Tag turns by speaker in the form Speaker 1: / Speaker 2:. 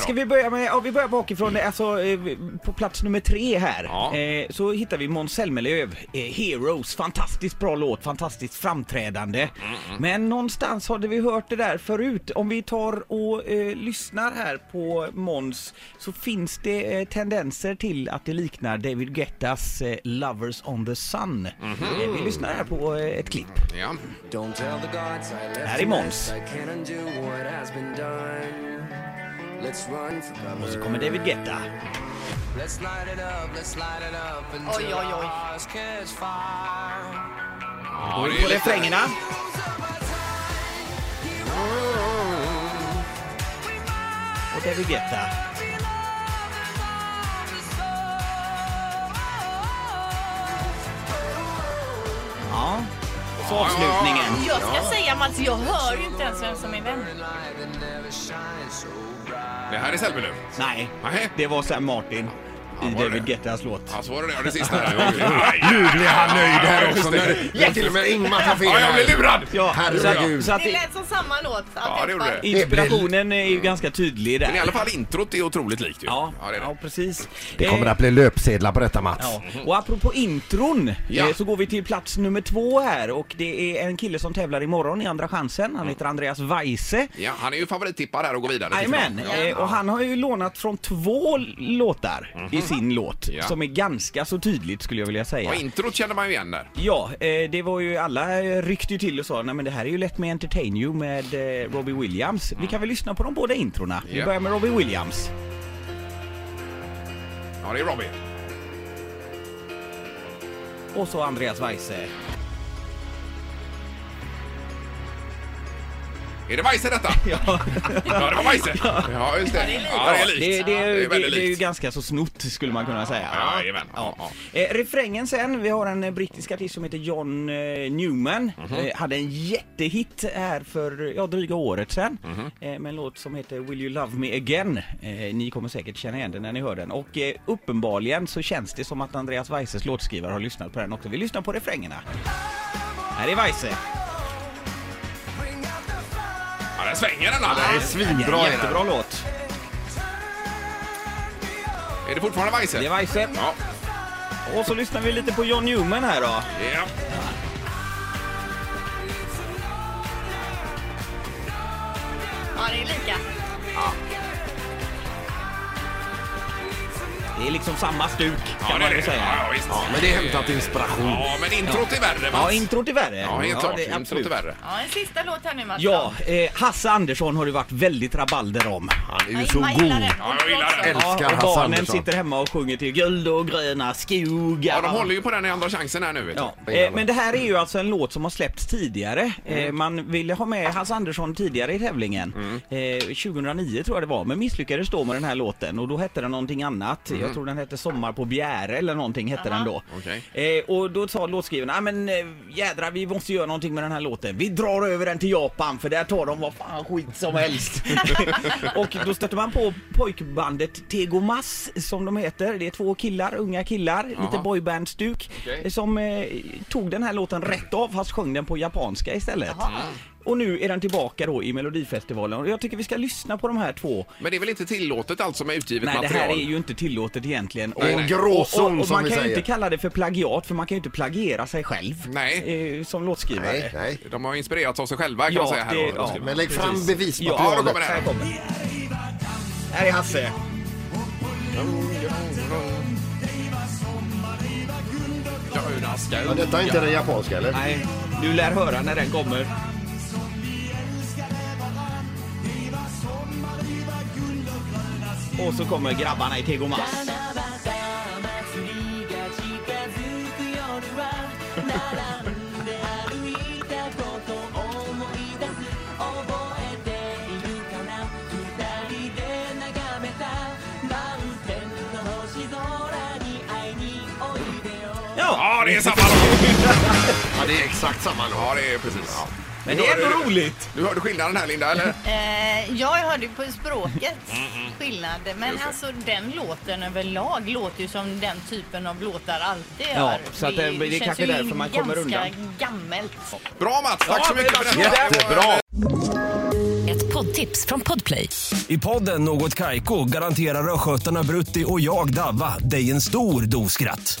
Speaker 1: ska vi börja med, ja, vi börjar bakifrån, alltså eh, på plats nummer tre här.
Speaker 2: Ja.
Speaker 1: Eh, så hittar vi Måns Zelmerlöw, eh, Heroes, fantastiskt bra låt, fantastiskt framträdande. Men någonstans hade vi hört det där förut. Om vi tar och eh, lyssnar här på Måns så finns det eh, tendenser till att det liknar David Guettas eh, Lovers on the Sun. Eh, vi lyssnar här på eh, ett klipp.
Speaker 2: Ja.
Speaker 3: Don't tell the gods I left
Speaker 1: Här är
Speaker 3: a
Speaker 1: Måns.
Speaker 3: mess. I can't undo what has been done. Let's run for cover.
Speaker 1: Och så kommer David Guetta.
Speaker 3: Let's light it up, let's light it up until
Speaker 4: Oj, oj, oj.
Speaker 3: our eyes catch fire.
Speaker 2: ja
Speaker 1: På refrängerna. Och David Guetta. Ja, och så avslutningen.
Speaker 4: Jag ska säga Mats, jag hör ju inte ens vem som är vem.
Speaker 2: Det här är Zelmerlöw.
Speaker 1: Nej,
Speaker 2: Nej.
Speaker 1: det var Sam Martin
Speaker 2: Ja,
Speaker 1: i
Speaker 2: var det
Speaker 1: David
Speaker 2: det?
Speaker 1: Guettas låt.
Speaker 2: Ja, så var det det. Ja, det sista här.
Speaker 5: Nu blir han nöjd här
Speaker 2: Ja, just
Speaker 5: också.
Speaker 2: det.
Speaker 5: Nu- nu är Till och med Ingmar tar fel
Speaker 2: Ja, jag
Speaker 5: här.
Speaker 2: blev lurad!
Speaker 1: Ja, så
Speaker 5: Herregud.
Speaker 1: att, så att
Speaker 4: Det lät som samma låt.
Speaker 2: Ja, det gjorde det.
Speaker 1: inspirationen är ju ganska tydlig
Speaker 2: Men i
Speaker 1: där.
Speaker 2: alla fall introt är otroligt likt ju.
Speaker 1: Ja,
Speaker 2: det är
Speaker 1: ja
Speaker 2: det.
Speaker 1: precis. Eh,
Speaker 5: Det kommer att bli löpsedlar på detta Mats.
Speaker 1: Ja. Och apropå intron
Speaker 2: Mm-hmm. Ja.
Speaker 1: eh, så går vi till plats nummer två här och det är en kille som tävlar imorgon i Andra chansen.
Speaker 2: Mm.
Speaker 1: Han heter Andreas Weise.
Speaker 2: Ja, han är ju favorittippad här och går vidare. till
Speaker 1: Jajamän,
Speaker 2: final.
Speaker 1: eh, och han har ju lånat från två l- låtar i sin låt
Speaker 2: Mm-hmm. Ja.
Speaker 1: som är ganska så tydligt skulle jag vilja säga.
Speaker 2: Ja, introt känner man ju igen där.
Speaker 1: Ja, eh, det var ju alla eh, ryckte ju till och sa nej men det här är ju lätt med Entertain You med eh, Robbie Williams. Vi kan väl lyssna på de båda introna. Vi
Speaker 2: Ja.
Speaker 1: börjar med Robbie Williams.
Speaker 2: Ja, det är Robin.
Speaker 1: Och så Andreas Weise.
Speaker 2: Är det Weise detta?
Speaker 1: Ja,
Speaker 2: Ja, det var Weise. Ja, just det. Ja, det är likt.
Speaker 1: det, det,
Speaker 2: Ja,
Speaker 1: är, ju- det,
Speaker 2: väldigt
Speaker 1: det är ju
Speaker 2: likt.
Speaker 1: ganska så snott skulle man kunna säga.
Speaker 2: Ja, jajamän. Ja,
Speaker 1: Eh, refrängen sen, vi har en eh, brittisk artist som heter John eh, Newman.
Speaker 2: Mhm.
Speaker 1: eh, hade en jättehit här för eh, ja, dryga året sedan
Speaker 2: Mhm.
Speaker 1: eh, med en låt som heter Will You Love Me Again. Eh, ni kommer säkert känna igen den när ni hör den. Och eh, uppenbarligen så känns det som att Andreas Weises låtskrivare har lyssnat på den också. Vi lyssnar på refrängerna. Här är Weise.
Speaker 2: Ja, den svänger den
Speaker 5: Det är
Speaker 2: här.
Speaker 5: svinbra. är det.
Speaker 1: Jättebra låt.
Speaker 2: Är det fortfarande
Speaker 1: Det är
Speaker 2: Weise?
Speaker 1: Weise.
Speaker 2: Ja.
Speaker 1: Och så lyssnar vi lite på John Newman här då.
Speaker 2: Ja.
Speaker 4: Ja, det är lika.
Speaker 1: Det är liksom samma stuk
Speaker 2: Ja,
Speaker 1: kan
Speaker 2: det
Speaker 1: man
Speaker 2: är
Speaker 1: ju
Speaker 2: det.
Speaker 1: säga.
Speaker 2: Ja, visst.
Speaker 5: Ja, Men det är hämtat inspiration.
Speaker 2: Ja, men introt är värre,
Speaker 1: Ja,
Speaker 2: Mats.
Speaker 1: introt är värre.
Speaker 2: Ja, helt klart.
Speaker 1: det är
Speaker 2: Introt
Speaker 1: absolut.
Speaker 2: är värre.
Speaker 4: Ja, en sista låt här nu Mats.
Speaker 1: Ja, eh, Hasse Andersson har det varit väldigt rabalder om.
Speaker 5: Han är ju
Speaker 4: Nej,
Speaker 5: så
Speaker 4: man gillar
Speaker 5: god.
Speaker 4: den.
Speaker 2: Ja, jag gillar den.
Speaker 5: Älskar
Speaker 1: Ja, och
Speaker 5: Hasse
Speaker 1: barnen
Speaker 5: Andersson.
Speaker 1: sitter hemma och sjunger till guld och gröna skogar.
Speaker 2: Ja, de håller ju på den i Andra chansen här nu, vet du.
Speaker 1: Ja, eh, men det här är ju alltså en låt som har släppts tidigare. Eh, man ville ha med Hasse Andersson tidigare i tävlingen. Eh, 2009 tror jag det var, men misslyckades då med den här låten och då hette den någonting annat. Jag tror den hette Sommar på Bjäre eller någonting hette den då.
Speaker 2: Okej.
Speaker 1: Eh, och då sa låtskrivarna, "Ah, men eh, jädra vi måste göra någonting med den här låten. Vi drar över den till Japan för där tar de vad fan skit som helst. och då stötte man på pojkbandet Tegomas som de heter. Det är två killar, unga killar, lite
Speaker 2: Jaha.
Speaker 1: boybandstuk
Speaker 2: Okej.
Speaker 1: eh, som eh, tog den här låten rätt av fast sjöng den på japanska istället.
Speaker 2: Mm.
Speaker 1: Och nu är den tillbaka då i Melodifestivalen och jag tycker vi ska lyssna på de här två.
Speaker 2: Men det är väl inte tillåtet alltså med utgivet
Speaker 1: Nej, det
Speaker 2: material?
Speaker 1: här är ju inte tillåtet egentligen. Och,
Speaker 5: Det är en gråzon,
Speaker 1: och, och, och
Speaker 5: som
Speaker 1: man
Speaker 5: vi
Speaker 1: kan ju
Speaker 5: säger.
Speaker 1: inte kalla det för plagiat för man kan ju inte plagiera sig själv
Speaker 2: Nej.
Speaker 1: eh, som låtskrivare.
Speaker 5: Nej, nej.
Speaker 2: De har inspirerats av sig själva kan
Speaker 1: Ja,
Speaker 2: man säga här.
Speaker 1: det-
Speaker 2: då.
Speaker 1: ja.
Speaker 5: Men lägg fram
Speaker 1: Precis.
Speaker 2: Ja, då
Speaker 5: bevismaterialet.
Speaker 2: kommer det
Speaker 1: Här
Speaker 2: här.
Speaker 1: kommer den. Här är Hasse.
Speaker 5: Ja, detta är inte den japanska eller?
Speaker 1: Nej, du lär höra när den kommer. Och så kommer grabbarna i Tegomas. Ja,
Speaker 2: Ja, det är samma låt!
Speaker 5: Ja, det är exakt samma låt.
Speaker 2: Ja, det är precis.
Speaker 1: men det är
Speaker 2: Då
Speaker 1: ändå
Speaker 2: du-
Speaker 1: roligt.
Speaker 2: Du hörde skillnaden här, Linda, eller?
Speaker 4: Eh, jag hörde ju på språket skillnad. Men
Speaker 2: Just det.
Speaker 4: alltså den låten överlag låter ju som den typen av låtar alltid
Speaker 1: Ja,
Speaker 4: gör.
Speaker 1: så att det- det är
Speaker 4: känns
Speaker 1: kanske
Speaker 4: ju
Speaker 1: därför man kommer
Speaker 4: ganska
Speaker 1: undan.
Speaker 4: gammelt.
Speaker 2: Bra Mats, tack
Speaker 1: Ja,
Speaker 2: så mycket för
Speaker 1: men
Speaker 2: detta.
Speaker 1: varsågod.
Speaker 2: Det var-
Speaker 5: Jättebra.
Speaker 6: Ett
Speaker 7: poddtips från Podplay.
Speaker 1: I podden Något Kaiko garanterar östgötarna Brutti och jag, Davva, dig en stor dos skratt.